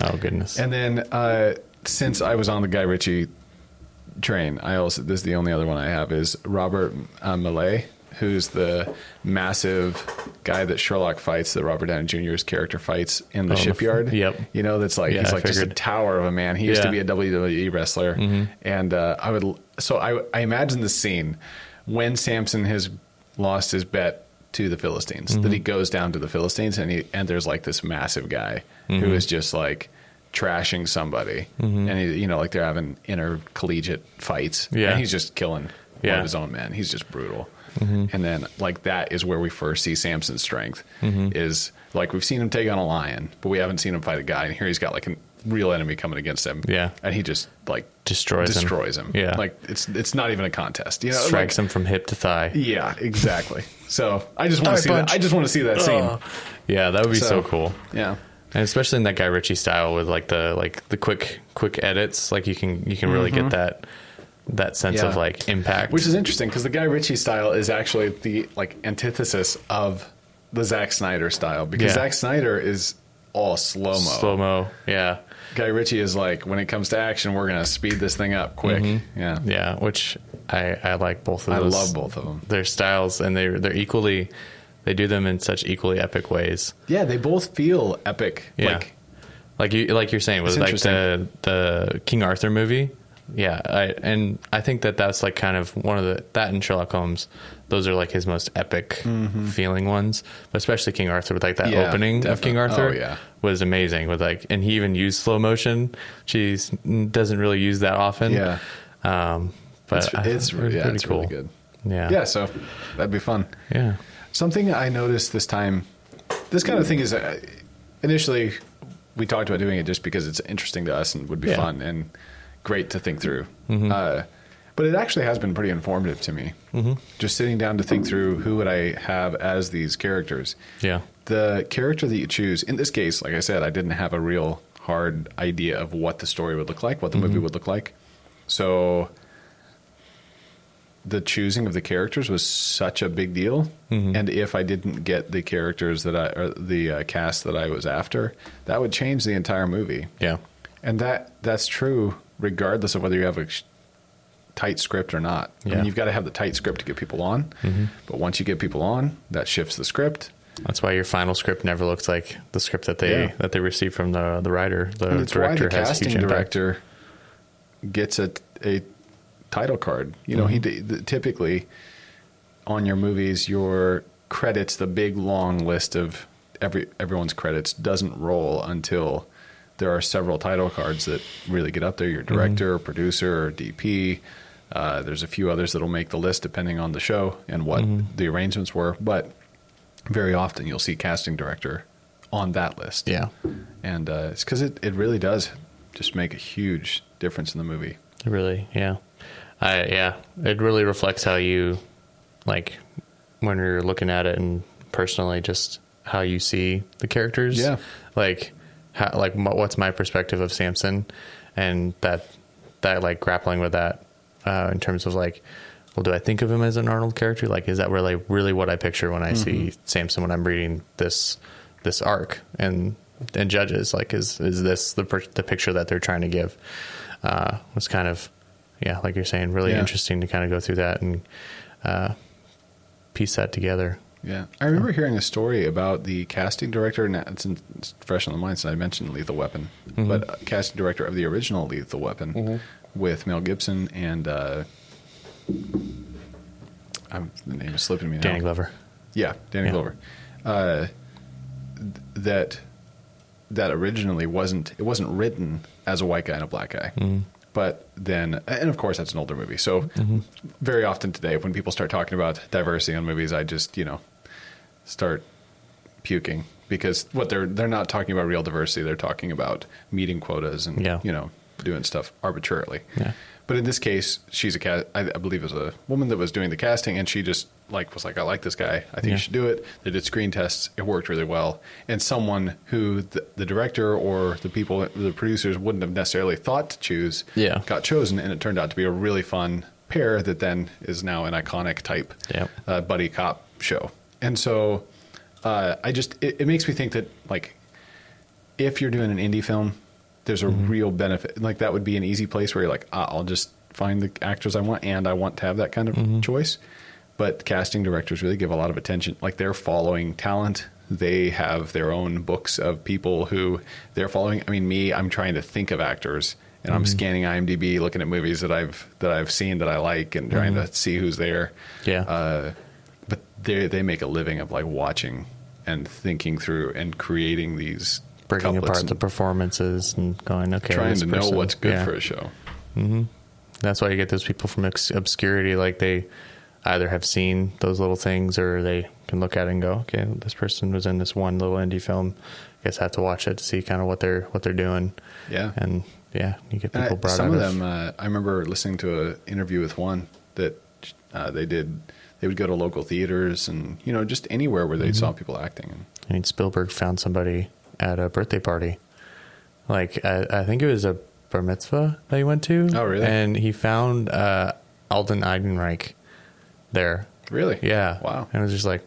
Oh goodness. And then uh, since I was on the Guy Ritchie train, I also this is the only other one I have is Robert uh, Millay, who's the massive guy that Sherlock fights, that Robert Downey Jr.'s character fights in the the f- shipyard. Oh, yep. You know, that's like Yeah, he's I like just a figured. tower of a man. He used to Yeah. Mm-hmm. be a WWE wrestler, and uh, I would l- so I I imagine the scene when Samson has lost his bet to the Philistines that Mm-hmm. he goes down to the Philistines and he and there's like this massive guy Mm-hmm. who is just like trashing somebody and he, you know like they're having intercollegiate fights Yeah. and he's just killing one Yeah. of his own men he's just brutal Mm-hmm. and then like that is where we first see Samson's strength Mm-hmm. is like we've seen him take on a lion but we haven't seen him fight a guy and here he's got like a real enemy coming against him Yeah. and he just like Destroys him. destroys him Yeah. like it's it's not even a contest you know Strikes uh, like, him from hip to thigh. yeah exactly so I just want Thigh to see punch. that I just want to see that scene Oh. Yeah, that would be so, cool. yeah And especially in that Guy Ritchie style with like the like the quick quick edits, like you can you can really get that that sense Mm-hmm. Yeah. of like impact. Which is interesting because the Guy Ritchie style is actually the like antithesis of the Zack Snyder style because Yeah. Zack Snyder is all slow mo. slow mo. Yeah. Guy Ritchie is like when it comes to action, we're gonna speed this thing up quick. Yeah, Mm-hmm. Yeah. Which I, I like both of I those. love both of them. Their styles and they they're equally they do them in such equally epic ways. Yeah, they both feel epic. Yeah. Like, like you like you're saying with It's like the the King Arthur movie. Yeah, I and I think that that's like kind of one of the that and Sherlock Holmes, those are like his most epic feeling ones. But especially King Arthur with like that Mm-hmm. Yeah, opening of definitely. King Arthur Oh, yeah. was amazing with like and he even used slow motion. She doesn't really use that often. Yeah. um, but it's I- it's, it was yeah, uh, pretty it's cool. really good. Yeah. yeah, so that'd be fun. Yeah. Something I noticed this time, this kind of thing is uh, initially we talked about doing it just because it's interesting to us and would be Yeah. fun and great to think through. Uh, but it actually has been pretty informative to me. Just sitting down to think through who would I have as these characters. Yeah. The character that you choose, in this case, like I said, I didn't have a real hard idea of what the story would look like, what the movie would look like. So the choosing of the characters was such a big deal. And if I didn't get the characters that I, or the uh, cast that I was after, that would change the entire movie. Yeah. And that that's true regardless of whether you have a sh- tight script or not. I Yeah. mean, you've got to have the tight script to get people on. But once you get people on, that shifts the script. That's why your final script never looks like the script that they Yeah. that they received from the the writer. The And it's why director the has casting huge impact. director gets a, a title card. You know, he Mm-hmm. d- th- typically on your movies, your credits, the big long list of every everyone's credits, doesn't roll until there are several title cards that really get up there. Your director, or producer, or DP. Uh, there's a few others that'll make the list depending on the show and what the arrangements were, but very often you'll see casting director on that list Yeah. and uh, it's because it, it really does just make a huge difference in the movie. It Really, yeah. I yeah. It really reflects how you like when you're looking at it and personally just how you see the characters. Yeah. Like how like m- what's my perspective of Samson and that that like grappling with that uh in terms of like well do I think of him as an Arnold character? Like is that really really what I picture when I see Samson when I'm reading this this arc and and judges like is is this the per- the picture that they're trying to give uh was kind of yeah like you're saying really Yeah. interesting to kind of go through that and uh piece that together Yeah, I remember hearing a story about the casting director, and it's, in, it's fresh on the mind since I mentioned Lethal Weapon, but uh, casting director of the original Lethal Weapon with Mel Gibson and uh, I'm, the name is slipping me now. Danny Glover Yeah, Danny Yeah. Glover. Uh, th- that that originally wasn't it wasn't written as a white guy and a black guy, Mm-hmm. but then and of course that's an older movie. So very often today, when people start talking about diversity on movies, I just you know start puking because what they're they're not talking about real diversity. They're talking about meeting quotas and Yeah. you know doing stuff arbitrarily. Yeah. But in this case, she's a cat. I, I believe it was a woman that was doing the casting, and she just like was like, "I like this guy. I think Yeah. you should do it." They did screen tests. It worked really well. And someone who the, the director or the people, the producers wouldn't have necessarily thought to choose, Yeah. got chosen, and it turned out to be a really fun pair that then is now an iconic type Yep. uh, buddy cop show. And so, uh, I just it, it makes me think that like if you're doing an indie film, there's a Mm-hmm. real benefit. Like that would be an easy place where you're like, ah, I'll just find the actors I want, and I want to have that kind of Mm-hmm. choice. But casting directors really give a lot of attention. Like they're following talent. They have their own books of people who they're following. I mean, me, I'm trying to think of actors, and Mm-hmm. I'm scanning IMDb, looking at movies that I've that I've seen that I like, and trying Mm-hmm. to see who's there yeah Uh, but they they make a living of like watching and thinking through and creating these breaking couplets apart and the performances and going okay trying this to person- know what's good yeah. for a show. that's why you get those people from obs- obscurity like they either have seen those little things or they can look at it and go okay this person was in this one little indie film i guess i have to watch it to see kind of what they're what they're doing Yeah. and yeah you get And people I- brought some out of them, uh, I remember listening to an interview with one that uh, they did. They would go to local theaters and you know just anywhere where they Mm-hmm. saw people acting. And I mean, Spielberg found somebody at a birthday party. Like, I, I think it was a bar mitzvah that he went to. Oh, really? And he found uh, Alden Eidenreich there. really, Yeah. wow, And it was just like,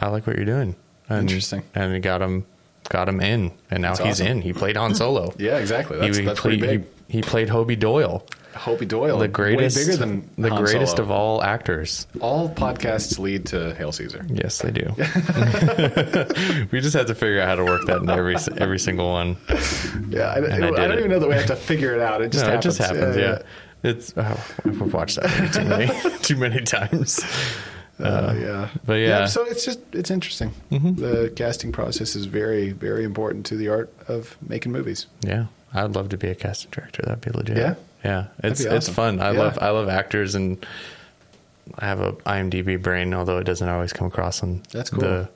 I like what you're doing. And, Interesting. And he got him, got him in, and now That's he's awesome. in. He played Han Solo. yeah, exactly. That's, that's played, pretty big. He, he played Hobie Doyle, Hobie Doyle, the greatest, way bigger than the Han greatest Solo. of all actors. All podcasts lead to Hail Caesar. Yes, they do. we just have to figure out how to work that in every every single one. Yeah, I, I did I don't it. even know that we have to figure it out. It just no, happens. it just happens. Yeah, it's oh, we've watched that movie too many too many times. Uh, yeah. but yeah. Mm-hmm. So it's just it's interesting. The casting process is very very important to the art of making movies. Yeah, I'd love to be a casting director. That'd be legit. Yeah? yeah, it's be it's awesome. fun. I Yeah. love I love actors and I have a IMDb brain, although it doesn't always come across on That's cool. the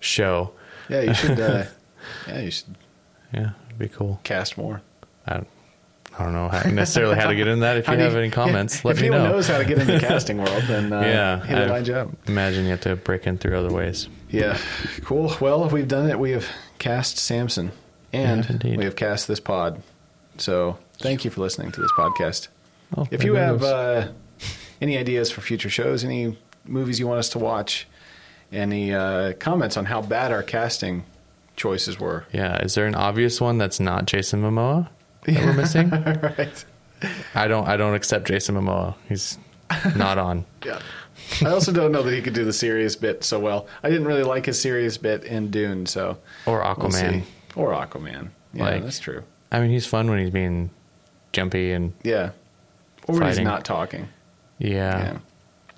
show. Yeah, you should. Uh, yeah, you should Yeah, it'd be cool. cast more. I don't, I don't know how, necessarily how to get into that. If you How do have you- any comments, if let me anyone know. knows how to get into the casting world, then uh, yeah, hit it I my job. Imagine you have to break in through other ways. Yeah, cool. Well, we've done it. We have cast Samson, and have indeed. we have cast this pod. So thank you for listening to this podcast. Oh, if you there have goes. uh, any ideas for future shows, any movies you want us to watch, any uh, comments on how bad our casting choices were, yeah, is there an obvious one that's not Jason Momoa that we're missing? right? I don't. I don't accept Jason Momoa. He's not on. Yeah. I also don't know that he could do the serious bit so well. I didn't really like his serious bit in Dune, so Or we'll see. Aquaman. or Aquaman. Yeah, Like- that's true. I mean, he's fun when he's being jumpy and Yeah, or when he's Fighting. not talking. yeah. Yeah.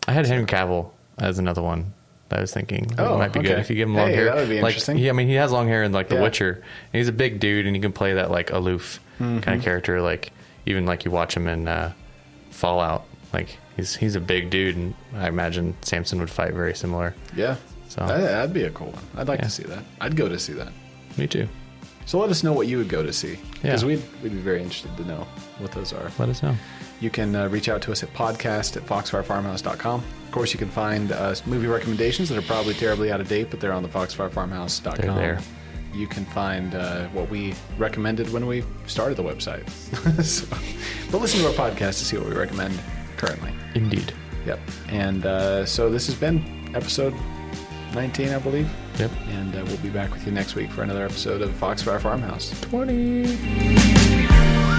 I had Henry Cavill as another one. that I was thinking that Oh, might be good okay. if you give him long Hey, hair. that would be like, interesting. Yeah, I mean, he has long hair in like The Yeah. Witcher. And he's a big dude, and he can play that like aloof Mm-hmm. kind of character. Like even like you watch him in uh, Fallout. Like he's he's a big dude, and I imagine Samson would fight very similar. Yeah. So- that, that'd be a cool one. I'd like Yeah. to see that. I'd go to see that. Me too. So let us know what you would go to see. Because Yeah. we'd, we'd be very interested to know what those are. Let us know. You can uh, reach out to us at podcast at foxfirefarmhouse.com. Of course, you can find uh, movie recommendations that are probably terribly out of date, but they're on the foxfirefarmhouse.com. They're there. You can find uh, what we recommended when we started the website. so, but listen to our podcast to see what we recommend currently. Indeed. Yep. And uh, so this has been episode 19, I believe. Yep. And uh, we'll be back with you next week for another episode of Foxfire Farmhouse. Twenty.